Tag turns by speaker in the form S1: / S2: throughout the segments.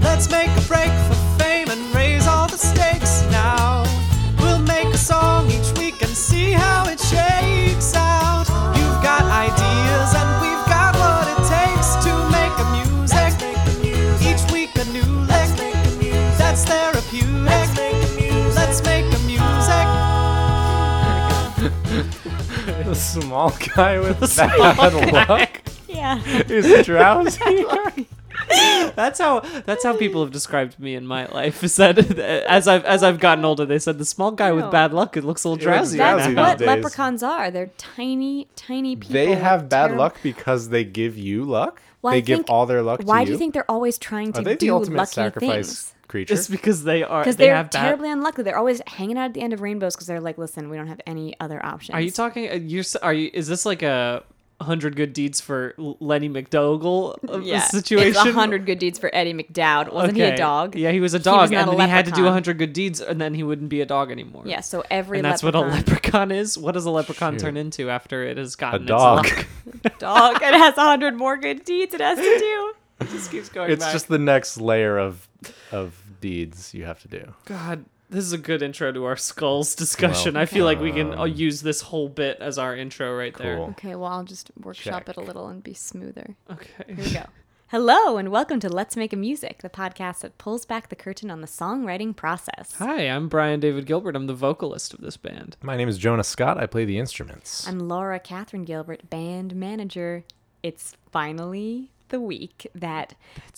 S1: Let's make a break for fame and raise all the stakes now. We'll make a song each week and see how it shakes out. You've got ideas and we've got what it takes to make a music. Each week a new lick. That's therapeutic. Let's make a music.
S2: The small guy with bad luck
S3: Yeah.
S2: is drowsy.
S1: That's how that's how people have described me in my life. Is that as I've as I've gotten older, they said the small guy with
S3: No.
S1: bad luck it looks a little
S2: It looks
S1: drowsy.
S2: drowsy
S3: That's
S2: these
S3: what
S2: days.
S3: leprechauns are. They're tiny, tiny people.
S2: They
S3: with
S2: have bad
S3: terrib-
S2: luck because they give you luck.
S3: Well, I
S2: they give
S3: think-
S2: all their luck to
S3: Why
S2: you.
S3: do you think they're always trying to
S2: Are they
S3: do
S2: the ultimate
S3: lucky
S2: sacrifice
S3: things?
S2: creature?
S1: It's because they are
S3: Because
S1: they
S3: they are
S1: have bad.
S3: terribly unlucky. They're always hanging out at the end of rainbows because they're like, listen, we don't have any other options.
S1: Are you talking? uh, You're s- are you? Is this like a hundred good deeds for L- Lenny McDougall uh,
S3: yeah,
S1: situation?
S3: It's 100 good deeds for Eddie McDowd. Wasn't he a
S1: Okay.
S3: dog?
S1: Yeah, he was a dog,
S3: not
S1: and
S3: a
S1: then he had to do
S3: leprechaun.
S1: hundred good deeds, and then he wouldn't be a dog anymore.
S3: Yeah, so every
S1: And that's what a
S3: leprechaun,
S1: leprechaun is. What does a leprechaun turn into after it has gotten its
S2: dog.
S1: luck?
S3: dog. It has 100 more good deeds it has to do.
S1: It just keeps going.
S2: it's
S1: back.
S2: just the next layer of of deeds you have to do.
S1: God, this is a good intro to our skulls discussion. I feel like we can uh, use this whole bit as our intro right there.
S2: um, Cool.
S3: Okay, well, I'll just workshop
S2: Check.
S3: it a little and be smoother.
S1: Okay.
S3: Here we go. Hello, and welcome to Let's Make a Music, the podcast that pulls back the curtain on the songwriting process.
S1: Hi, I'm Brian David Gilbert. I'm the vocalist of this band.
S2: My name is Jonah Scott. I play the instruments.
S3: I'm Laura Catherine Gilbert, band manager. It's finally the week that,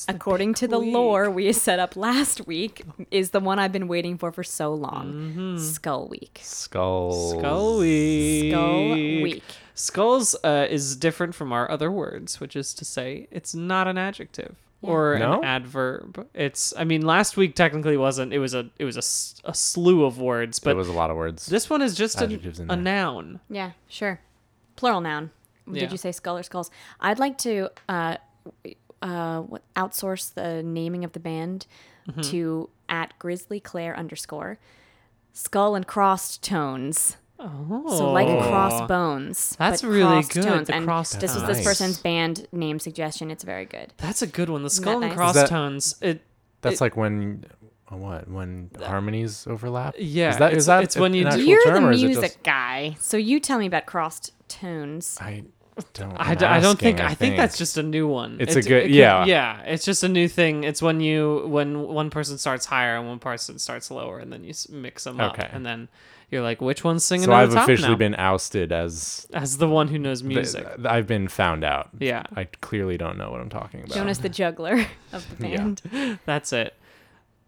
S3: according to the
S1: week.
S3: lore we set up last week, is the one I've been waiting for for so long Skull Week.
S2: Skulls.
S1: Skull Week.
S3: Mm-hmm. Skull Week.
S1: Skulls uh, is different from our other words, which is to say, it's not an adjective or
S2: No?
S1: an adverb. It's. I mean, last week technically wasn't. It was a. It was a s- a, slew of words,
S2: It
S1: but
S2: was a lot of words.
S1: this one is just
S2: Adjectives
S1: a,
S2: in
S1: a
S2: there.
S1: noun.
S3: Yeah, sure. Plural noun.
S1: Yeah.
S3: Did you say skull or skulls? I'd like to uh, uh, what- outsource the naming of the band to at Grizzly Claire underscore skull and crossed tones.
S1: Oh.
S3: So like crossbones.
S1: That's
S3: but
S1: really
S3: crossed
S1: good,
S3: Tones.
S1: the
S3: and
S1: crossed
S3: this was
S2: tones.
S3: this person's band name suggestion. It's very good.
S1: That's a good one. The skull
S3: that
S1: and
S3: nice?
S2: Is that-
S1: crosstones. It
S2: That's
S1: it-
S2: like when uh, what when harmonies overlap.
S1: Yeah,
S2: is that
S1: it's-
S2: is that
S1: it's when you
S2: an
S1: do-
S2: actual
S3: You're
S2: term,
S3: the
S2: or is it
S3: music
S2: just-
S3: guy, so you tell me about crossed tones.
S2: I don't.
S1: I,
S2: I'm
S1: d- I don't
S2: asking,
S1: think I, think that's just a new one.
S2: It's
S1: It-
S2: a good-
S1: it could-
S2: yeah.
S1: yeah. It's just a new thing. It's when you when one person starts higher and one person starts lower, and then you s- mix them up,
S2: Okay.
S1: and then you're like, which one's singing
S2: So
S1: on
S2: I've
S1: the top
S2: officially
S1: now?
S2: been ousted as
S1: As the one who knows music.
S2: Th- I've been found out.
S1: Yeah.
S2: I clearly don't know what I'm talking about.
S3: Jonas the juggler of the band.
S1: That's it.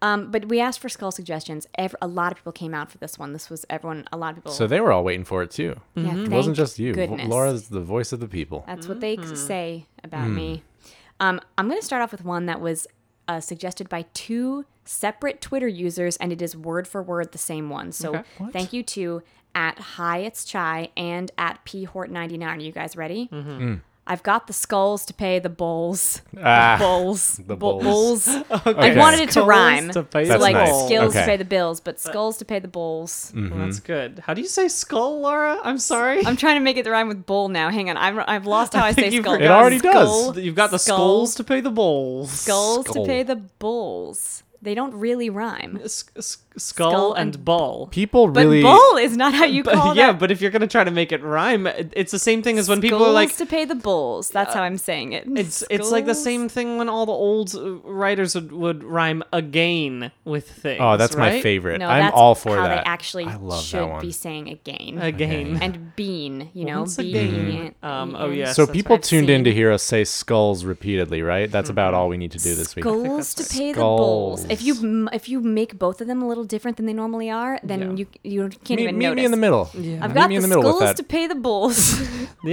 S3: Um, but we asked for skull suggestions. Ev- a lot of people came out for this one. This was everyone. A lot of people.
S2: So they were all waiting for it too.
S3: yeah,
S2: It
S3: Mm, thank
S2: wasn't just you.
S3: Goodness.
S2: Laura's the voice of the people.
S3: That's what they
S1: Mm-hmm.
S3: c- say about me.
S2: Hmm.
S3: Um, I'm going to start off with one that was uh, suggested by two separate Twitter users, and it is word for word the same one. So
S1: Okay. What?
S3: thank you to at Hi It's Chai and at P Hort 99. Are you guys ready?
S1: Mm-hmm.
S2: Hmm.
S3: I've got the skulls to pay the bulls.
S2: Ah,
S3: Bulls.
S2: The
S3: Bu-
S2: bulls.
S3: bulls.
S2: Okay.
S3: I wanted it to
S1: Skulls
S3: rhyme.
S1: to pay
S3: so
S2: the
S3: like
S2: bulls.
S3: skills
S2: Okay.
S3: to pay the bills, but skulls to pay the bulls.
S1: Well, that's
S2: Mm-hmm.
S1: good. How do you say skull, Laura? I'm sorry.
S3: I'm trying to make it rhyme with bull now. Hang on, I'm, I've lost how I,
S1: think
S3: say
S1: you
S3: skull.
S1: forgot.
S2: It already does.
S3: Skull,
S1: You've got the
S3: skull,
S1: skulls to pay the bowls.
S3: skulls
S2: Skull.
S3: to pay the bulls. They don't really rime.
S1: S- s- skull,
S3: Skull
S1: and,
S3: and-
S1: ball.
S2: people
S3: But
S2: really.
S3: bull is not how you call
S1: But, yeah,
S3: that.
S1: but if you're gonna try to make it rhyme, it- it's the same thing as when people are
S3: Skulls
S1: like, uh,
S3: to pay the bulls. That's how I'm saying it.
S1: It's it's like the same thing when all the old uh, writers would, would rhyme again with things.
S2: oh, that's my
S1: right?
S2: favorite.
S3: No,
S2: I'm
S3: that's
S2: all for
S3: how
S2: that.
S3: they actually
S2: I love
S3: should
S2: that one.
S3: be saying again.
S1: Again.
S3: and bean, you know,
S1: Once
S3: bean.
S1: again. Um, oh,
S3: and
S1: yes.
S2: so
S1: that's
S2: people
S3: I've
S2: tuned in
S3: seen.
S2: to hear us say skulls repeatedly, right? That's about all we need to do this week.
S3: Mm-hmm. Skulls to
S1: that's
S3: pay the bulls. If you
S2: Skulls.
S3: m- if you make both of them a little different than they normally are, then
S1: Yeah.
S3: you you can't
S2: Meet,
S3: even
S2: meet
S3: notice.
S2: me in the middle.
S3: I've
S2: Meet
S3: got
S2: me in
S3: the,
S2: the middle with
S3: skulls
S2: that.
S3: to pay the bulls.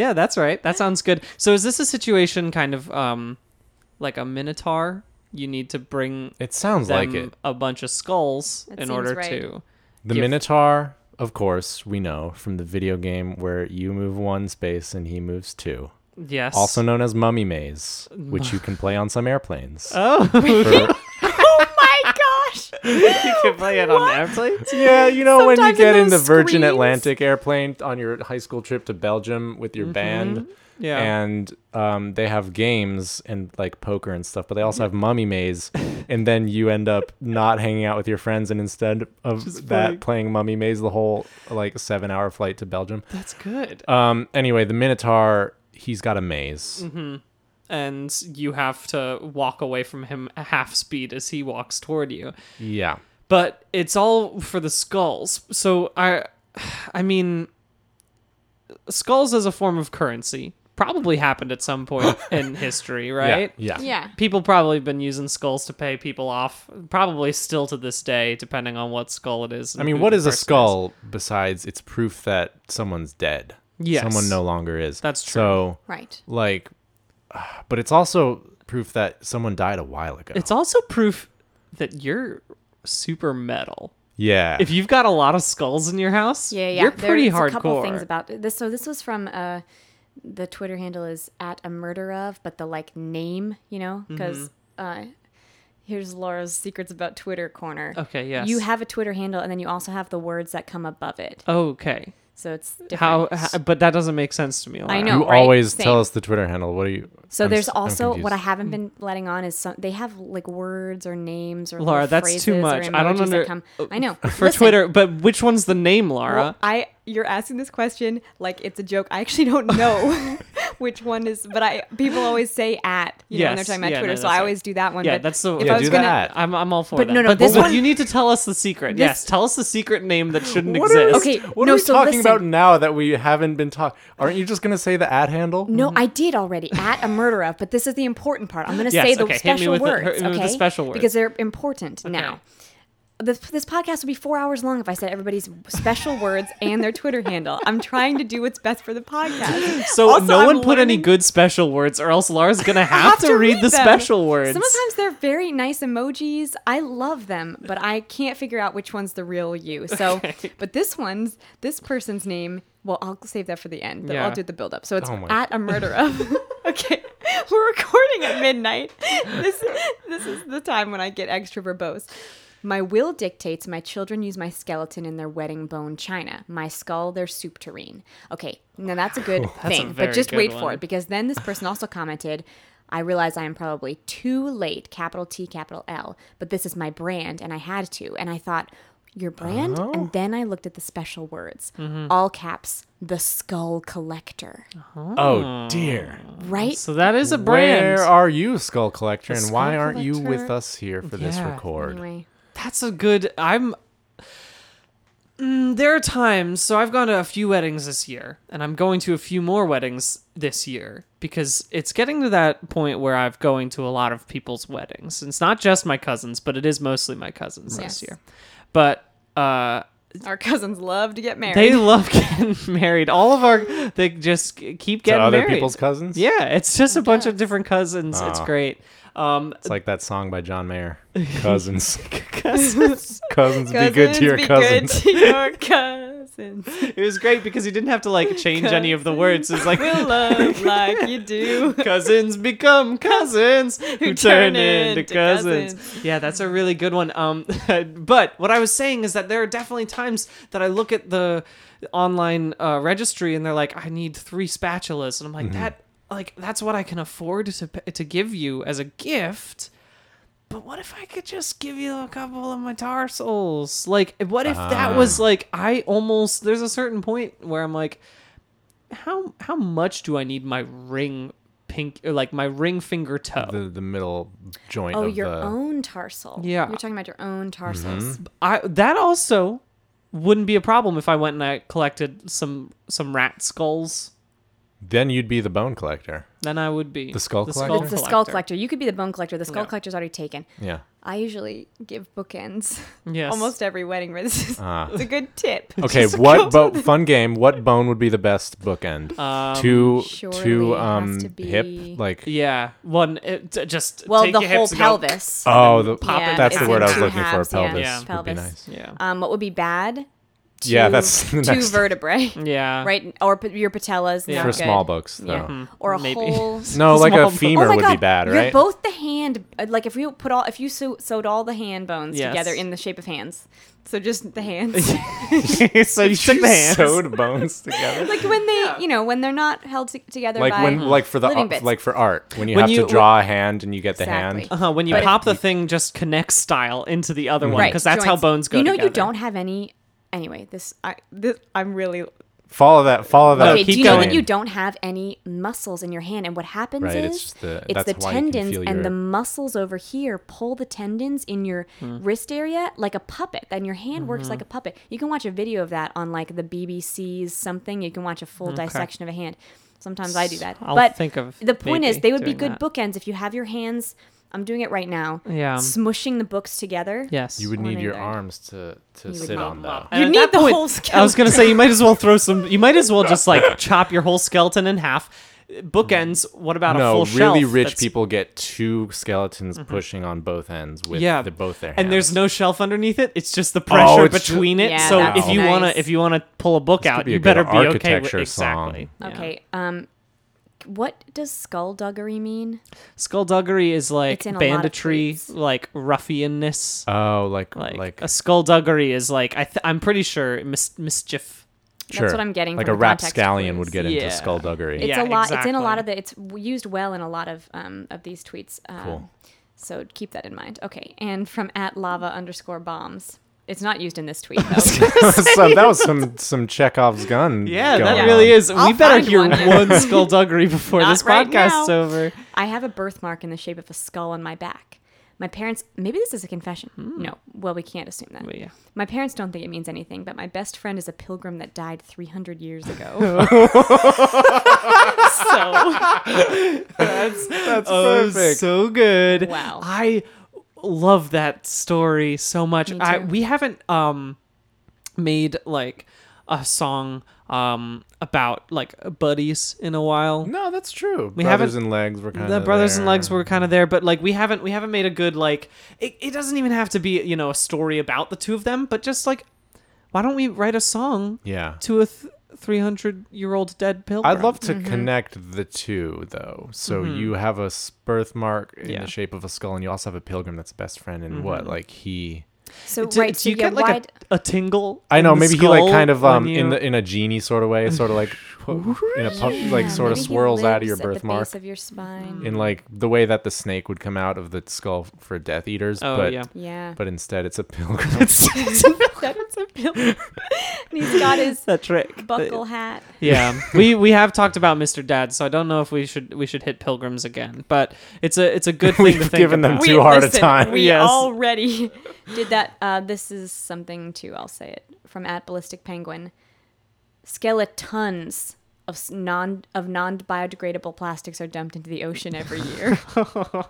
S1: Yeah, that's right. That sounds good. So is this a situation kind of um, like a minotaur? You need to bring
S2: It sounds like
S1: them
S2: it.
S1: a bunch of skulls
S3: That
S1: in
S3: seems
S1: order
S3: right.
S1: to.
S2: The
S1: give-
S2: Minotaur, of course, we know from the video game where you move one space and he moves two.
S1: Yes.
S2: Also known as Mummy Maze, which you can play on some airplanes.
S1: Oh,
S2: For-
S3: oh my gosh!
S1: you can play it on the airplanes.
S2: Yeah, you know when you
S3: Sometimes
S2: get
S3: in
S2: in the
S3: those
S2: Virgin
S3: screens.
S2: Atlantic airplane on your high school trip to Belgium with your
S3: Mm-hmm.
S2: band,
S1: Yeah.
S2: and um, they have games and like poker and stuff, but they also have mummy maze, and then you end up not hanging out with your friends, and instead of
S1: Just
S2: that
S1: playing-
S2: playing mummy maze the whole like seven hour flight to Belgium.
S1: That's good. Uh,
S2: Um, anyway, the Minotaur, he's got a maze.
S1: And you have to walk away from him at half speed as he walks toward you.
S2: Yeah.
S1: But it's all for the skulls. So I I mean skulls as a form of currency probably happened at some point in history,
S2: Yeah,
S1: right?
S2: Yeah.
S3: Yeah.
S1: people probably have been using skulls to pay people off probably still to this day depending on what skull it is
S2: I mean, what is a skull besides it's proof that someone's dead?
S1: Yes.
S2: Someone no longer is.
S1: That's true.
S2: So,
S3: Right.
S2: like, ah, but it's also proof that someone died a while ago.
S1: it's also proof that you're super metal
S2: yeah.
S1: if you've got a lot of skulls in your house
S3: Yeah, yeah.
S1: you're
S3: There-
S1: pretty
S3: it's
S1: hardcore
S3: A couple things about this. So this was from uh, the Twitter handle is at a murder of, but the like name, you know,
S2: Mm-hmm.
S3: because uh, here's Laura's secrets about Twitter corner.
S1: Okay, yes.
S3: You have a Twitter handle, and then you also have the words that come above it.
S1: okay
S3: So it's different.
S1: how, how but that doesn't make sense to me Laura.
S3: I know.
S2: you
S3: right,
S2: always
S3: same.
S2: tell us the Twitter handle. What do you?
S3: So
S2: I'm
S3: there's
S2: s- I'm
S3: also what I
S2: confused.
S1: Hmm.
S3: haven't been letting on is some they have like words or names or
S1: Laura,
S3: little
S1: that's too
S3: phrases or
S1: much. I don't
S3: emojis that
S1: under- uh,
S3: come- I know
S1: for
S3: Listen,
S1: twitter but which one's the name laura
S4: Well, I you're asking this question like it's a joke. I actually don't know which one is, but I people always say at you know when they're
S1: Yes,
S4: talking about
S1: yeah, no,
S4: Twitter, so
S1: that's
S4: I
S1: right.
S4: always do that one.
S1: yeah,
S4: but
S1: that's the.
S4: if
S2: Yeah,
S4: I was
S2: do that.
S4: gonna,
S1: I'm, I'm all for
S3: But
S1: that.
S3: no, no,
S1: But
S3: this
S1: what-
S3: one-
S1: you need to tell us the secret. yes, tell us the secret name that shouldn't
S2: What are-
S1: exist.
S3: Okay,
S2: What
S3: no,
S2: are we
S3: so
S2: talking about
S3: listen.
S2: now that we haven't been talking? Aren't you just gonna say the ad handle?
S3: No,
S1: Mm-hmm.
S3: I did already at a murder of, but this is the important part. I'm going to
S1: Yes,
S3: say the
S1: okay, hit me
S3: special
S1: with the-
S3: words,
S1: hit me
S3: okay?
S1: with the special words.
S3: because they're important now. This, this podcast would be four hours long if I said everybody's special words and their Twitter handle. I'm trying to do what's best for the podcast.
S1: So
S4: Also,
S1: no
S4: I'm
S1: one put any
S4: learning-
S1: good special words, or else Lara's gonna have, to, read, the
S4: them.
S1: special words.
S3: Sometimes they're very nice emojis. I love them, but I can't figure out which one's the real you. So,
S4: but this one's this person's name. Well, I'll save that for the end.
S1: Yeah.
S4: I'll do the build up. So it's
S2: Oh my-
S4: at a murder of. okay, we're recording at midnight. This this is the time when I get extra verbose.
S3: My will dictates my children use my skeleton in their wedding bone china, my skull their soup tureen. Okay, now that's a good
S1: a
S3: thing,
S1: very
S3: but just
S1: good
S3: wait for
S1: one.
S3: it because then this person also commented, I realize I am probably too late, capital T, capital L, but this is my brand and I had to. And I thought, your brand? And then I looked at the special words, all caps, the skull collector,
S2: Oh dear.
S3: right?
S1: so that is a brand.
S2: Where are you, Skull Collector, and
S1: Skull
S2: why aren't you
S1: Collector-
S2: with us here for this
S1: Yeah.
S2: record?
S3: anyway,
S1: That's a good. I'm. Mm, there are times. So I've gone to a few weddings this year, and I'm going to a few more weddings this year because it's getting to that point where I'm going to a lot of people's weddings. It's not just my cousins, but it is mostly my cousins this
S3: Yes.
S1: year. But uh,
S4: Our cousins love to get married.
S1: they love getting married. All of our they just keep
S2: To
S1: getting
S2: other
S1: married.
S2: people's cousins?
S1: Yeah, it's just a bunch of different cousins. It's
S2: Ah.
S1: great. Um,
S2: It's like that song by John Mayer. Cousins.
S1: cousins.
S2: cousins, be good to your
S4: be
S2: cousins.
S4: Good to your cousins.
S1: it was great because he didn't have to like change any of the words. It's like
S4: We'll love like you do.
S1: cousins become cousins who turn into cousins. Yeah, that's a really good one. Um, but what I was saying is that there are definitely times that I look at the online uh, registry and they're like, I need three spatulas, and I'm like, that like that's what I can afford to p- to give you as a gift. But what if I could just give you a couple of my tarsals? Like, what if that
S2: Ah.
S1: was like I almost there's a certain point where I'm like, how how much do I need my ring pink or like my ring finger toe?
S2: The, the middle joint
S3: oh,
S2: of
S3: your
S2: the.
S3: own tarsal.
S1: Yeah.
S3: You're talking about your own tarsals.
S1: I that also wouldn't be a problem if I went and I collected some some rat skulls.
S2: Then you'd be the bone collector.
S1: Then I would be
S2: The skull collector?
S3: It's the skull collector. You could be the bone collector. The skull collector's already taken.
S2: Yeah.
S3: I usually give bookends.
S1: Yes.
S4: Almost every wedding where this is
S2: Ah.
S4: it's a good tip.
S2: Okay, what bo- fun game? What bone would be the best bookend?
S1: Um,
S2: two,
S3: surely
S2: two,
S3: it has
S2: um,
S3: to be-
S2: hip, like
S1: Yeah. One. It, t- just
S3: Well,
S1: take
S3: the
S1: your
S3: whole
S1: hips and go-
S3: pelvis.
S2: oh, the
S1: pop it
S2: that's the
S1: down.
S2: word I was
S1: Two
S2: looking for.
S3: halves, yeah.
S2: Pelvis
S1: Yeah.
S2: would be
S3: Pelvis.
S2: nice.
S1: Yeah.
S3: Um, what would be bad?
S2: yeah, that's the
S3: two
S2: next
S3: vertebrae,
S1: Yeah.
S3: right? Or pa- your patellas.
S1: Yeah.
S3: not
S2: for
S3: good.
S2: small books though.
S3: Yeah. Mm-hmm. Or a
S1: Mm-hmm. maybe.
S3: whole.
S2: No, like
S1: Small
S2: a
S1: book.
S2: femur
S3: oh my
S2: would
S3: God,
S2: be bad,
S3: You're
S2: right?
S3: both the hand. uh, Like if you put all, if you sew, sewed all the hand bones
S1: Yes.
S3: together in the shape of hands, so just the hands.
S1: so you took the hands.
S2: Sewed bones together.
S3: like when they, you know, when they're not held t- together
S2: like
S3: by
S2: when like for the
S3: living
S2: ar-
S3: bits.
S2: like for art when you
S1: When
S2: have
S1: you-
S2: to draw a hand and you get the
S3: Exactly.
S2: hand
S1: Uh-huh, when you
S2: But-
S1: pop the thing, just connect style into the other one
S3: right
S1: because that's how
S3: joints.
S1: bones go.
S3: You know,
S1: together.
S3: you don't have any. Anyway, this.
S4: I, this, I'm really.
S2: follow that follow that
S3: okay,
S1: Oh, keep
S3: do you know
S1: going.
S3: that you don't have any muscles in your hand, and what happens
S2: Right,
S3: is
S2: it's just the- that's why you can
S3: tendons
S2: feel
S3: and
S2: your-
S3: the muscles over here pull the tendons in your
S1: Hmm.
S3: wrist area like a puppet, and your hand
S1: Mm-hmm.
S3: works like a puppet. You can watch a video of that on like the BBC's something. You can watch a full dissection of a hand. Sometimes I do that,
S1: Mm, I'll
S3: but
S1: think of
S3: the point is
S1: maybe
S3: they would be
S1: doing
S3: good
S1: that.
S3: bookends if you have your hands. I'm doing it right now.
S1: Yeah.
S3: smushing the books together.
S1: Yes.
S2: you would
S3: on
S2: need your
S3: either.
S2: arms to to sit on though
S1: And
S3: You
S1: at that
S3: need the whole skeleton.
S1: I was gonna say you might as well throw some. You might as well just like chop your whole skeleton in half. Bookends. What about a
S2: no
S1: full
S2: really
S1: shelf
S2: rich
S1: that's-
S2: people get two skeletons pushing on both ends with
S1: Yeah,
S2: the, both their hands Oh,
S1: And there's no shelf underneath it. It's just the pressure
S2: it's ju-
S1: between it.
S3: Yeah,
S1: so
S3: that's
S1: if you
S3: nice.
S1: wanna if you wanna pull a book out,
S2: be a
S1: you
S2: good
S1: better be okay with
S2: architecture song.
S1: exactly. Yeah.
S3: Okay. Um, what does skullduggery mean?
S1: Skullduggery is like
S3: It's in a lot of
S1: banditry,
S3: tweets.
S1: like ruffianness.
S2: oh like
S1: like,
S2: like,
S1: a skullduggery is like I th- I'm pretty sure mis- mischief.
S3: That's what I'm getting
S2: like
S3: from
S2: a
S3: the context
S2: rapscallion would
S3: clues.
S2: get
S1: Yeah.
S2: into skullduggery
S3: It's
S1: Yeah,
S3: a lot. It's in a lot
S1: exactly.
S3: of the. It's w- used well in a lot of um, of these tweets. Um,
S2: Cool.
S3: So keep that in mind. Okay. And from at lava underscore bombs. It's not used in this tweet though.
S2: so that was some some Chekhov's gun
S1: Yeah,
S2: going
S1: that really
S2: on.
S1: is.
S3: I'll
S1: we better
S3: find
S1: hear
S3: one.
S1: one, skullduggery before
S3: Not
S1: this
S3: right
S1: podcast's
S3: now.
S1: over.
S3: I have a birthmark in the shape of a skull on my back. My parents. Maybe this is a confession.
S2: Hmm.
S3: No. Well, we can't assume that.
S1: But yeah.
S3: My parents don't think it means anything, but my best friend is a pilgrim that died 300 years ago. so
S2: that's
S1: Oh,
S2: perfect
S1: so good.
S3: Wow.
S1: I love that story so much.
S3: Me
S1: I
S3: too.
S1: we haven't um made like a song um about like buddies in a while.
S2: no that's true
S1: We
S2: brothers
S1: haven't-
S2: and legs were kind
S1: the
S2: of
S1: brothers and legs were kind of there but like we haven't we haven't made a good like it, it doesn't even have to be you know a story about the two of them but just like why don't we write a song
S2: yeah
S1: to a th- 300 year old dead pilgrim
S2: I'd love to
S3: Mm-hmm.
S2: connect the two though. So you have a s- birthmark in
S1: Mm-hmm. Yeah. Mm-hmm.
S2: the shape of a skull, and you also have a pilgrim that's best friend, and what like he.
S3: so
S1: do,
S3: right.
S1: do
S3: so
S1: you
S3: yeah,
S1: get like
S3: why'd-
S1: a, a tingle
S2: I
S1: in
S2: know
S1: the
S2: maybe he like
S1: skull
S2: kind of
S1: when
S2: um in
S1: you-
S2: the in a genie sort of way, sort of like pu- in a pu- like
S3: Yeah,
S2: sort of
S3: maybe he
S2: swirls out of your
S3: lives at The
S2: birthmark
S3: base of your spine.
S2: in like the way that the snake would come out of the skull for Death Eaters,
S1: oh
S2: but
S1: yeah
S3: yeah.
S2: but instead it's a pilgrim.
S3: and he's got his
S1: that trick
S3: buckle hat.
S1: yeah we we have talked about mr dad so i don't know if we should we should hit pilgrims again but it's a it's a good thing to
S2: We've
S1: think
S2: given them
S1: about.
S2: too hard a
S3: listen,
S2: time.
S3: We
S1: Yes.
S3: already did that. Uh, this is something too. I'll say it from at ballistic penguin. Skeletons of s- non of non biodegradable plastics are dumped into the ocean every year.
S2: Oh,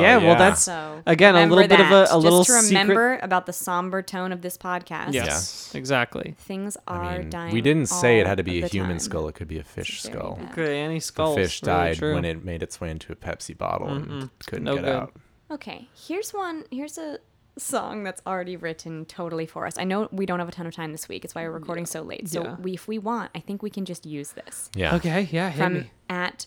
S1: yeah, well, that's-
S3: So
S1: Again, a
S3: remember
S1: little bit of a-
S3: that,
S1: a little
S3: just to
S1: secret-
S3: remember about the somber tone of this podcast.
S1: yes exactly
S3: Things are
S2: I mean,
S3: dying.
S2: we didn't say it
S3: all
S2: had to be a
S3: of the
S2: human
S3: time.
S2: skull; it could be a fish
S3: very
S2: skull.
S3: bad.
S1: okay any
S2: the
S1: skulls
S2: fish
S1: really
S2: died
S1: true.
S2: when it made its way into a Pepsi bottle and couldn't
S1: No
S2: get
S1: good.
S2: out.
S3: Okay, here's one. Here's a song that's already written totally for us. I know we don't have a ton of time this week. It's why we're recording so late. So
S1: Yeah.
S3: we, if we want, I think we can just use this
S2: Yeah.
S1: okay yeah hit
S3: from
S1: me.
S3: at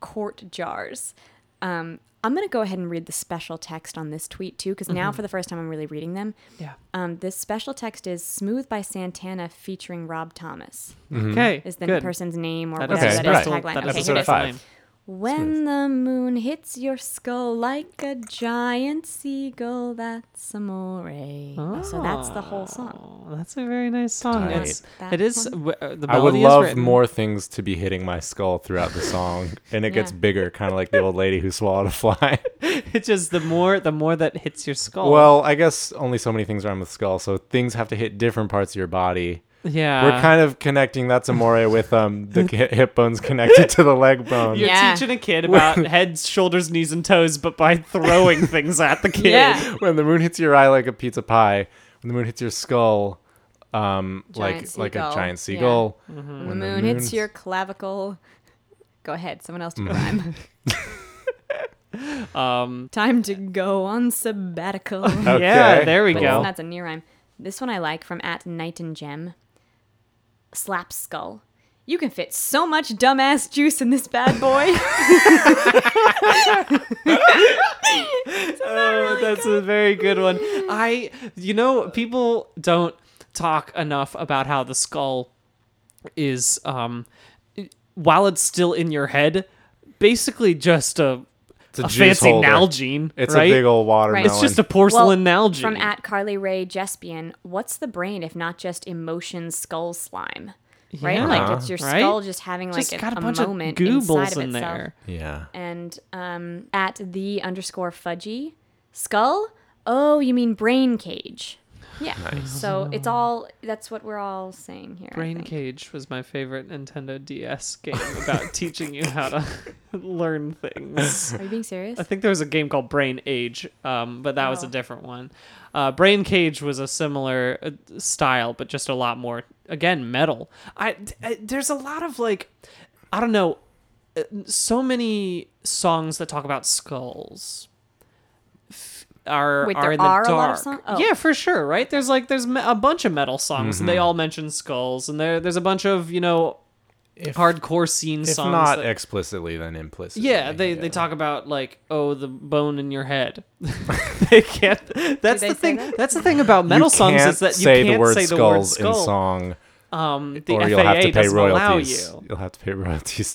S3: Court Jars. Um, I'm gonna go ahead and read the special text on this tweet too, because now for the first time I'm really reading them.
S1: Mm-hmm. yeah
S3: Um, this special text is "Smooth" by Santana featuring Rob Thomas.
S1: okay
S3: Is the
S1: good.
S3: person's name or
S1: That
S3: whatever
S2: is
S3: that
S2: Mm-hmm. right.
S3: is tagline?
S1: That
S3: okay,
S2: is
S3: here it
S2: right.
S3: is.
S2: Five.
S3: When the moon hits your skull like a giant seagull, that's amore. Oh, So that's the whole song.
S1: Oh, that's a very nice song.
S2: Tight.
S1: It's,
S3: That
S1: it is.
S3: one.
S1: w- uh, the
S2: I would
S1: melody is
S2: love
S1: written-
S2: more things to be hitting my skull throughout the song, and it gets
S3: Yeah.
S2: bigger, kind of like the old lady who swallowed a fly.
S1: It's just the more the more that hits your skull.
S2: well, I guess only so many things rhyme with skull, so things have to hit different parts of your body.
S1: yeah,
S2: We're kind of connecting that's amore with um the hi- hip bones connected to the leg bone.
S1: You're
S3: Yeah.
S1: teaching a kid about heads, shoulders, knees, and toes, but by throwing things at
S2: Ah.
S1: the kid.
S3: Yeah.
S2: When the moon hits your eye like a pizza pie, when the moon hits your skull, um,
S3: Giant
S2: like like
S3: seagull.
S2: a giant
S3: Yeah.
S2: seagull.
S1: Mm-hmm.
S3: When the
S2: Hmm. When the
S3: moon hits
S2: moon's- Hmm.
S3: your clavicle. Go ahead, someone else to rhyme.
S1: Um.
S3: Time to go on sabbatical.
S2: Okay.
S1: Yeah. There we
S3: But
S1: go.
S3: that's a near rhyme. This one I like from at Night and Gem. Slap Skull. You can fit so much dumbass juice in this bad boy.
S1: Oh, that's a very good one. I, you know, people don't talk enough about how the skull is, um, while it's still in your head, basically just a,
S2: a
S1: a
S2: juice
S1: fancy
S2: holder.
S1: Nalgene.
S2: It's
S1: right?
S2: a big old watermelon.
S1: It's just a porcelain Nalgene.
S3: From at Carly Ray Jespian, what's the brain if not just emotion skull slime? Right?
S1: Yeah,
S3: Like it's your
S1: right?
S3: skull just having like
S1: just
S3: a,
S1: got a,
S3: a
S1: bunch
S3: moment
S1: of
S3: inside
S1: goobles
S3: of
S1: in
S3: itself.
S1: there.
S2: yeah.
S3: And um, at the underscore fudgy skull. Oh, you mean brain cage? Yeah. So it's all that's what we're all saying here. I
S1: Brain
S3: think.
S1: Cage was my favorite Nintendo DS game about teaching you how to learn things.
S3: Are you being serious?
S1: I think there was a game called Brain Age, um, but that was a
S3: Oh.
S1: different one. Uh, Brain Cage was a similar uh, style, but just a lot more again metal. I, I there's a lot of like, I don't know, uh, so many songs that talk about skulls. f- Are,
S3: Wait,
S1: are
S3: there
S1: in the
S3: are a
S1: dark.
S3: lot of song- oh.
S1: Yeah, for sure, right? There's like there's me- a bunch of metal songs, and they
S2: Mm-hmm.
S1: all mention skulls, and there there's a bunch of you know hardcore scene
S2: If
S1: songs.
S2: not
S1: that-
S2: explicitly, then implicitly.
S1: yeah, they, they talk about like oh the bone in your head. they can't. That's
S4: they
S1: the
S4: say
S1: thing.
S4: that?
S1: That's the thing about metal
S2: you
S1: songs
S2: can't
S1: is that you
S2: say
S1: can't
S2: the word
S1: say the word
S2: skulls in
S1: skull.
S2: song,
S1: um, the
S2: or
S1: FAA
S2: you'll have to pay
S1: doesn't allow
S2: royalties.
S1: you
S2: will have to pay royalties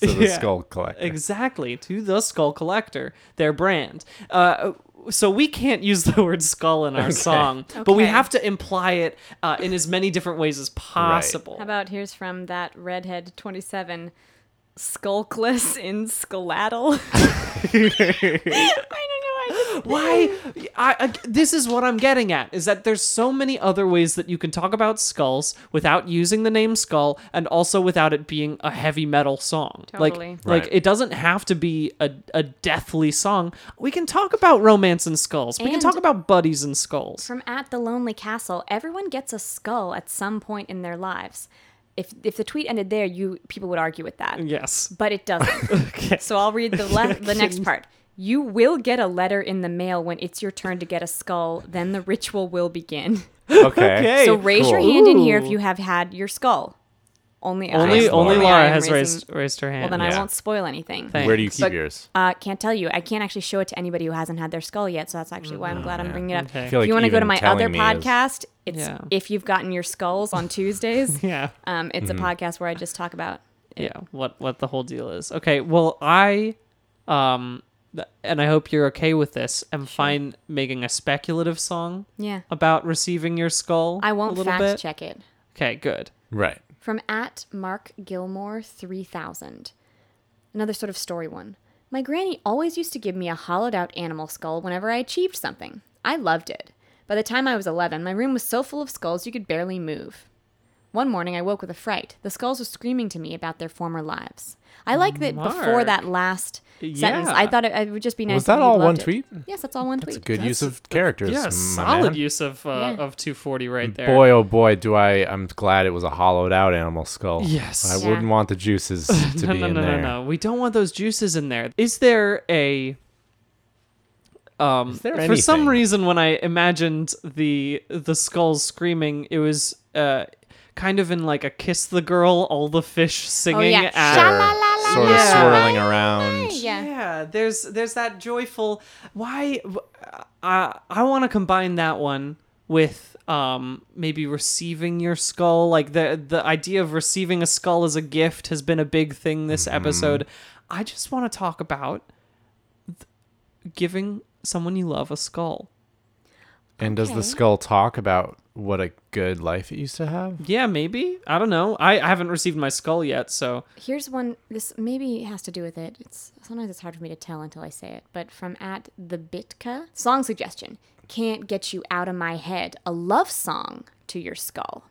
S2: to the
S1: Yeah.
S2: skull collector.
S1: exactly to the skull collector, their brand. Uh, so we can't use the word skull in our song, but we
S3: Okay.
S1: have to imply it uh, in as many different ways as possible.
S3: How about here's from that redhead 27 skulkless in skeladdle. I don't know. I just-
S1: why I, I- this is what i'm getting at is that there's so many other ways that you can talk about skulls without using the name skull and also without it being a heavy metal song
S3: Totally.
S1: like like
S2: Right.
S1: it doesn't have to be a, a deathly song we can talk about romance and skulls we can
S3: And-
S1: talk about buddies and skulls
S3: From at the lonely castle, everyone gets a skull at some point in their lives. If if the tweet ended there, you people would argue with that.
S1: yes
S3: But it doesn't. So I'll read the le- the next part. You will get a letter in the mail when it's your turn to get a skull, then the ritual will begin.
S2: Okay.
S1: Okay.
S3: so raise your
S1: cool.
S3: hand in here if
S1: Ooh.
S3: you have had your skull. Only
S1: only
S3: I,
S2: Nice,
S1: only
S2: Laura.
S1: laura
S3: am
S1: has
S3: raising-
S1: raised raised her hand
S3: Well, then
S2: Yeah.
S3: I won't spoil anything.
S1: Thanks.
S2: Where do you keep
S3: But-
S2: yours?
S3: Uh, can't tell you. I can't actually show it to anybody who hasn't had their skull yet. So that's actually
S2: Mm.
S3: why I'm glad I'm bringing it up.
S1: Okay. I
S2: feel
S3: if you
S2: like
S3: want to go to
S2: even
S3: my
S2: telling
S3: other
S2: me is-
S3: podcast, it's
S1: Yeah.
S3: if you've gotten your skulls on Tuesdays.
S1: yeah
S3: um, it's
S2: Mm-hmm.
S3: a podcast where I just talk about.
S1: yeah what what the whole deal is okay well i um th- and i hope you're okay with this am fine making a speculative song
S3: Yeah,
S1: about receiving your skull
S3: I
S1: a
S3: won't
S1: little
S3: fact
S1: bit
S3: check it.
S1: okay good
S2: Right.
S3: From at Mark Gilmore 3000. Another sort of story one. My granny always used to give me a hollowed out animal skull whenever I achieved something. I loved it. By the time I was 11, my room was so full of skulls you could barely move. One morning I woke with a fright. The skulls were screaming to me about their former lives. I like that before
S1: Mark.
S3: that last sentence,
S1: Yeah.
S3: I thought it, it would just be nice.
S2: Was that
S3: you
S2: all
S3: loved
S2: one
S3: it.
S2: tweet?
S3: Yes, that's all one
S2: It's a
S3: tweet.
S2: good use of characters.
S1: yeah
S2: my
S1: solid
S2: man.
S1: use of uh,
S3: Yeah.
S1: of 240 right there
S2: Boy, oh boy, do I! I'm glad it was a hollowed out animal skull.
S1: Yes.
S2: I
S3: Yeah.
S2: wouldn't want the juices to
S1: no
S2: be
S1: no
S2: in
S1: no
S2: there.
S1: no no we don't want those juices in there is there a um for some
S2: anything?
S1: reason when i imagined the the skulls screaming it was uh kind of in like a kiss the girl all the fish singing
S3: Oh, yeah.
S1: at
S2: Sure. Sort of
S1: Yeah.
S2: swirling around.
S3: Yeah.
S1: Yeah, there's there's that joyful. Why? I I want to combine that one with um maybe receiving your skull. Like the the idea of receiving a skull as a gift has been a big thing this episode. I just want to talk about th- giving someone you love a skull.
S2: And does the
S3: Okay.
S2: skull talk about what a good life it used to have?
S1: Yeah, maybe. I don't know. I, I haven't received my skull yet, so
S3: Here's one. This maybe has to do with it. It's sometimes it's hard for me to tell until I say it. But from at the Bitka song suggestion, can't get you out of my head. A love song to your skull.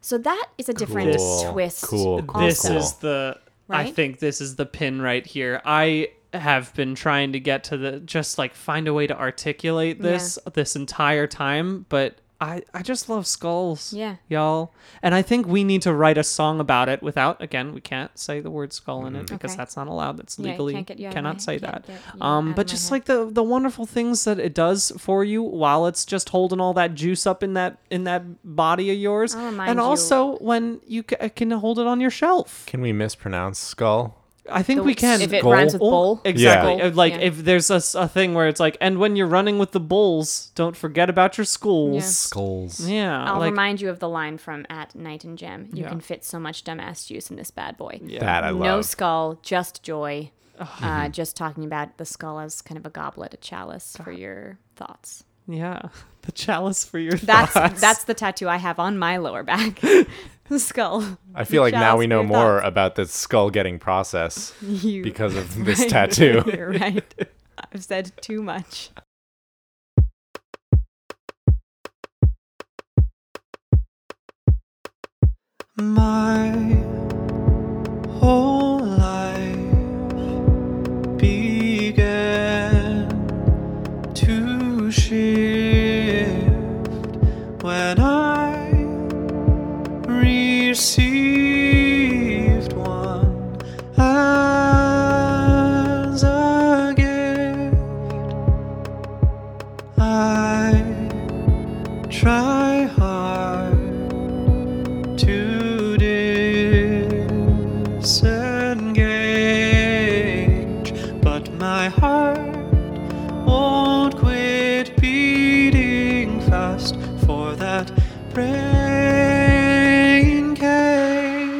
S3: So that is a different
S2: Cool.
S3: twist.
S2: Cool, cool,
S3: on
S1: this
S3: skull.
S1: is the I
S3: Right?
S1: think this is the pin right here. I have been trying to get to the just like find a way to articulate this this entire time, but I, I just love skulls.
S3: Yeah.
S1: Y'all. And I think we need to write a song about it without, again, we can't say the word skull in it
S2: Mm-hmm.
S1: because
S3: Okay.
S1: that's not allowed. That's
S3: Yeah, you
S1: legally
S3: can't get you out of
S1: cannot
S3: my-
S1: say
S3: can't
S1: that.
S3: get you out
S1: Um,
S3: of
S1: but
S3: my
S1: just
S3: head.
S1: like the, the wonderful things that it does for you while it's just holding all that juice up in that, in that body of yours.
S3: I'll remind
S1: And
S3: you-
S1: also when you ca uh, can hold it on your shelf.
S2: Can we mispronounce skull?
S1: I think
S3: The-
S1: we can. Oh,
S3: If it
S2: Goal?
S3: rhymes with bowl.
S1: Exactly.
S3: Yeah.
S1: Uh, Like
S3: Yeah.
S1: if there's a, s- a thing where it's like, and when you're running with the bulls, don't forget about your schools.
S2: Skulls.
S1: Yeah.
S3: I'll
S1: uh, like,
S3: remind you of the line from At Night and Gem. You
S1: Yeah.
S3: can fit so much dumbass juice in this bad boy.
S1: Yeah.
S2: That I love. Mm-hmm.
S3: no skull, just joy. Uh, just talking about the skull as kind of a goblet, a chalice for your thoughts.
S1: Yeah, the chalice for your
S3: That's
S1: thoughts.
S3: that's the tattoo I have on my lower back. the skull.
S2: I feel like now
S3: Shells
S2: we
S3: for
S2: know
S3: your
S2: more
S3: thoughts.
S2: about the skull getting process
S4: You-
S2: because of this tattoo.
S4: You're right. I've said too much.
S5: My whole life began to shift when I received one as a gift. I try hard to disengage, but my heart won't quit beating fast for that brain cage.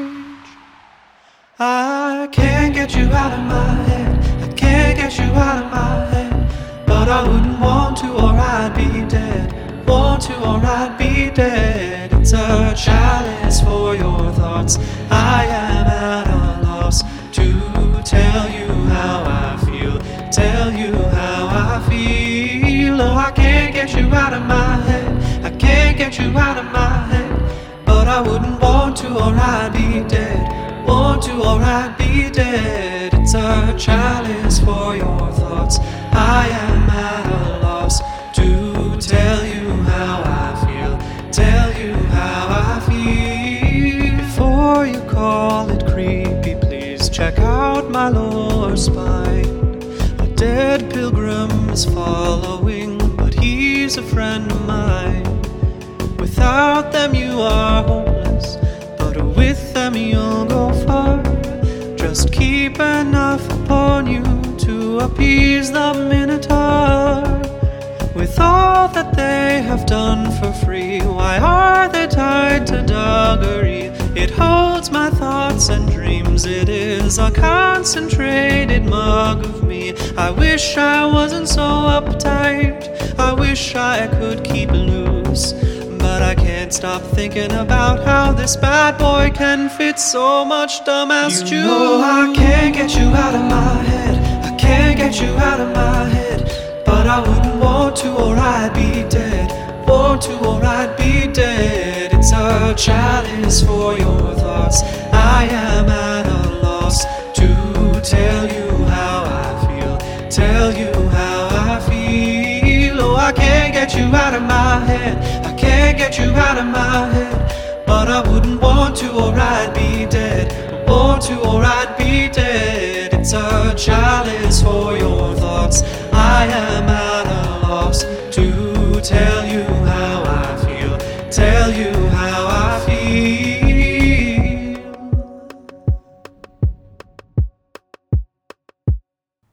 S5: I can't get you out of my head. I can't get you out of my head. But I wouldn't want to, or I'd be dead. Want to, or I'd be dead. It's a chalice for your thoughts. I am at a loss to tell you how I feel. Tell you how I feel. Oh, I can't get you out of my head. I can't get you out of my head. But I wouldn't want to, or I'd be dead. Want to, or I'd be dead. It's a chalice for your thoughts. I am at a loss to tell you how I feel. Tell you how I feel. Before you call it creepy, please check out my lower spine. A dead pilgrim is following, but he's a friend of mine. Without them, you are homeless, but with them, you'll go far. Just keep enough upon you to appease the Minotaur. With all that they have done for free, why are they tied to doggery? It holds my thoughts and dreams, it is a concentrated mug of me. I wish I wasn't so uptight, I wish I could keep loose. But I can't stop thinking about how this bad boy can fit so much dumbass juice. You know I can't get you out of my head. I can't get you out of my head. But I wouldn't want to, or I'd be dead. Want to, or I'd be dead. It's a chalice for your thoughts. I am at a loss to tell you how I feel. Tell you how I feel. Oh, I can't get you out of my head. I can't get you out of my head. But I wouldn't want to, or I'd be dead. Want to, or I'd be dead. It's a chalice for your thoughts. I am at a loss to tell you how I feel. Tell you how I feel.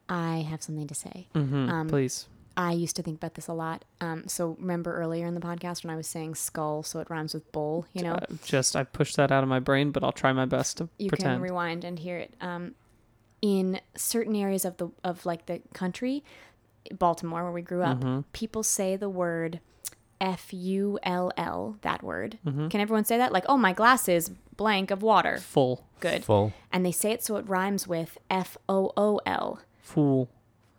S3: I have something to say.
S2: Mm.
S1: Mhm,
S3: Um,
S1: please.
S3: I used to think about this a lot. Um, so remember earlier in the podcast when I was saying skull, so it rhymes with bowl. You know,
S1: Uh, just I pushed that out of my brain, but I'll try my best to
S3: Oh. you
S1: pretend.
S3: can rewind and hear it. Um, in certain areas of the of like the country, Baltimore where we grew up,
S1: Mm-hmm.
S3: people say the word F U L L. That word.
S1: Mm-hmm.
S3: Can everyone say that? Like, oh, my glass is blank of water.
S1: Full
S3: Good.
S2: Full.
S3: And they say it so it rhymes with F O O L.
S1: fool.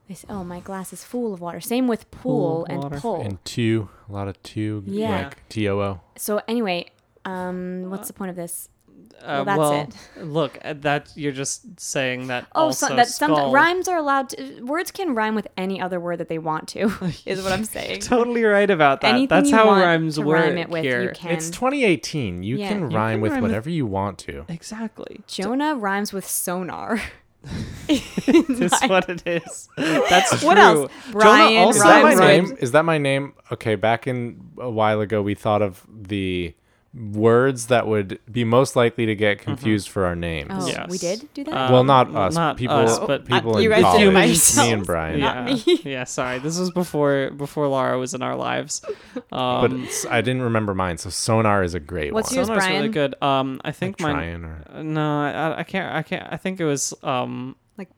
S3: They say, oh, my glass is full of water. Same with pool
S1: of
S3: and
S1: water.
S3: pull.
S2: And two. A lot of two.
S3: Yeah.
S2: Like T O O.
S3: So anyway, um, what's the point of this?
S1: Uh,
S3: Well, that's
S1: it. Look, uh, that you're just saying that.
S3: Oh,
S1: also
S3: so, that
S1: skull-
S3: some rhymes are allowed. To, words can rhyme with any other word that they want to. Is what I'm saying.
S1: Totally right about that.
S3: Anything
S1: That's
S3: you
S1: how
S3: want
S1: rhymes
S3: to
S1: work
S3: rhyme it with, you
S1: here.
S3: can.
S2: It's 2018. You
S3: Yeah.
S2: can
S3: You
S2: rhyme
S1: can
S2: with
S1: rhyme with-
S2: whatever you want to.
S1: Exactly.
S3: Jonah rhymes with sonar.
S1: That's what it is. That's true.
S4: What else? Brian
S1: also
S2: Is that my
S4: rhymes
S2: name?
S4: with-
S2: Is that my name? Okay, back in a while ago, we thought of the words that would be most likely to get confused for our names.
S3: Oh,
S1: Yes.
S3: we did do that.
S1: Uh,
S2: Well, not us.
S1: not
S2: people,
S1: us, but-
S2: people
S4: Uh,
S2: in
S4: you guys did it
S2: college.
S4: by
S2: Me and
S4: yourselves.
S2: Brian.
S1: yeah.
S4: me.
S1: yeah, sorry. This was before before Lara was in our lives.
S2: But
S1: Um,
S2: it's, I didn't remember mine, so sonar is a great
S3: What's
S2: one.
S3: yours?
S1: Sonar's really
S3: Brian.
S1: good. Um, I think mine.
S2: Trying or
S1: No, I, I can't. I can't. I think it was um
S4: Like-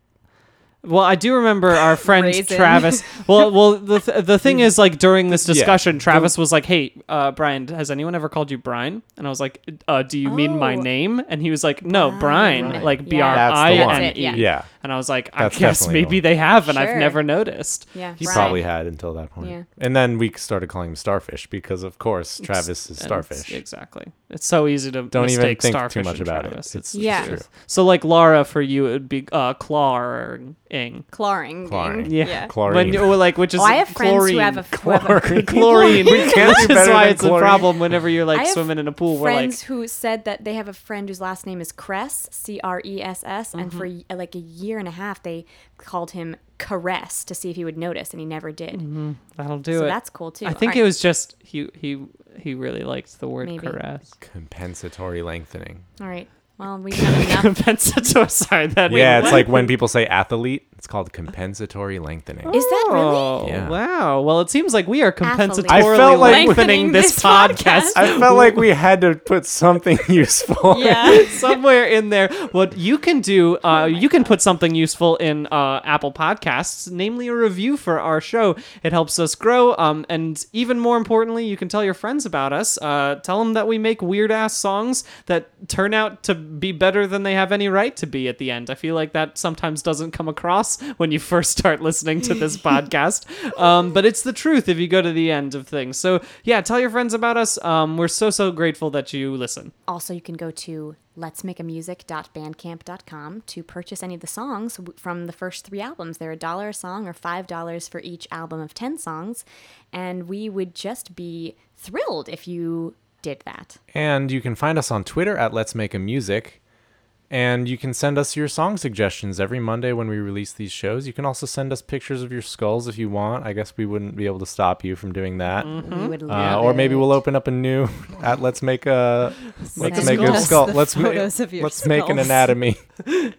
S1: Well, I do remember our friend
S4: Raisin.
S1: Travis. Well, well, the th- the thing is, like during this discussion, Travis was like, "Hey, uh, Brian, has anyone ever called you Brian?" And I was like, "Uh, do you mean my
S3: Oh.
S1: name?" And he was like, "No, Brian,
S3: Brian.
S1: like
S3: Yeah.
S1: B R
S2: That's
S1: I
S2: the
S1: N
S3: one. Yeah.
S1: E."
S2: yeah,
S1: And I was like, "I
S2: That's
S1: guess
S2: definitely the
S1: maybe
S2: one.
S1: they have, and I've
S3: Sure.
S1: never noticed."
S3: yeah,
S2: he
S3: Brian.
S2: probably had until that point.
S3: Yeah.
S2: And then we started calling him Starfish because, of course, Travis is
S1: And
S2: Starfish.
S1: Exactly. It's so easy to
S2: Don't even
S1: mistake
S2: think too
S1: starfish
S2: much
S1: and
S2: about it.
S1: Travis.
S2: It's-
S3: Yeah.
S2: true.
S1: So like Lara for you it would be uh claring.
S4: Claring.
S2: Chlorine.
S1: Yeah.
S4: Yeah.
S2: Chlorine.
S1: When, or like, which is
S3: Oh, I have friends who
S1: chlorine.
S3: have a who have a-
S2: Chlorine.
S1: chlorine.
S2: We can't do
S1: which is
S2: better
S1: why
S2: than
S1: it's
S2: chlorine.
S1: a problem whenever you're
S3: I
S1: like
S3: have
S1: swimming in a pool. We're like,
S3: friends who said that they have a friend whose last name is Cress, C R E S S, and for
S1: Mm-hmm.
S3: y- like a year and a half they called him Caress to see if he would notice, and he never did.
S1: that'll do
S3: So
S1: it.
S3: that's cool too.
S1: I think
S3: Alright.
S1: it was just he he he really liked the word
S3: Maybe.
S1: caress.
S2: Compensatory lengthening.
S3: All right. Well, we've had enough.
S1: Compensatory. Sorry, that Wait,
S2: yeah, it's
S1: what?
S2: like when people say athlete, it's called compensatory lengthening.
S3: Is that really?
S1: Oh,
S2: Yeah.
S1: wow. Well, it seems like we are compensatorily
S3: I
S2: felt like-
S1: lengthening
S3: Lengthening
S1: this,
S3: this
S1: podcast.
S3: podcast.
S2: I felt like we had to put something useful.
S4: Yeah.
S1: somewhere in there what you can do uh, you can put something useful in uh, apple podcasts namely a review for our show it helps us grow um, and even more importantly you can tell your friends about us uh, tell them that we make weird ass songs that turn out to be better than they have any right to be at the end i feel like that sometimes doesn't come across when you first start listening to this podcast um, but it's the truth if you go to the end of things so yeah tell your friends about us um, we're so so grateful that you listen
S3: Also, you can go to letsmakeamusic.bandcamp.com to purchase any of the songs w- from the first three albums. They're a dollar a song or five dollars for each album of 10 songs. And we would just be thrilled if you did that.
S2: And you can find us on Twitter at Let's Make a Music. And you can send us your song suggestions every Monday when we release these shows. You can also send us pictures of your skulls if you want. I guess we wouldn't be able to stop you from doing that.
S1: Mm.
S3: We would
S2: Uh,
S3: love
S2: or maybe
S3: it.
S2: we'll open up a new at Let's Make a Make a,
S3: Send
S2: make a
S3: us
S2: skull.
S4: the
S2: Let's make
S4: photos of your
S2: Let's make an
S4: skulls.
S2: anatomy.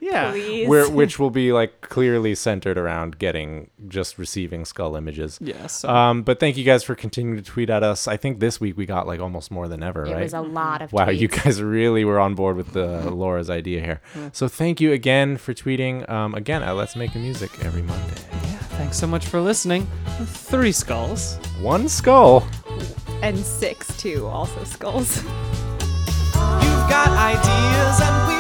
S1: yeah
S4: Please.
S2: where, which will be like clearly centered around getting just receiving skull images.
S1: Yes.
S2: Um, but thank you guys for continuing to tweet at us. I think this week we got like almost more than ever,
S3: It
S2: right?
S3: was a lot of
S2: wow, you
S3: tweets.
S2: guys really were on board with the Laura's idea here. So thank you again for tweeting. Um, again, at Let's Make a Music every Monday.
S1: yeah, thanks so much for listening. Three skulls.
S2: One skull.
S4: And six, too, also skulls.
S5: You've got ideas and we've